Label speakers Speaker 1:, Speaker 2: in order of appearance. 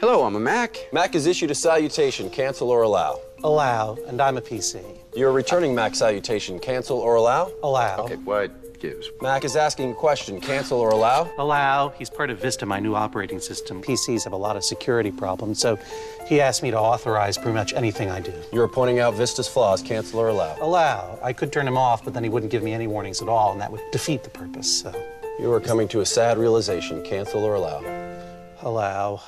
Speaker 1: Hello, I'm a Mac.
Speaker 2: Mac has issued a salutation, cancel or allow.
Speaker 3: Allow, and I'm a PC.
Speaker 2: You're returning Mac salutation, cancel or allow.
Speaker 3: Allow.
Speaker 1: Okay, what gives?
Speaker 2: Mac is asking a question, cancel or allow.
Speaker 3: Allow, he's part of Vista, my new operating system. PCs have a lot of security problems, so he asked me to authorize pretty much anything I do.
Speaker 2: You're pointing out Vista's flaws, cancel or allow.
Speaker 3: Allow, I could turn him off, but then he wouldn't give me any warnings at all, and that would defeat the purpose, so.
Speaker 2: You are coming to a sad realization, cancel or allow.
Speaker 3: Allow.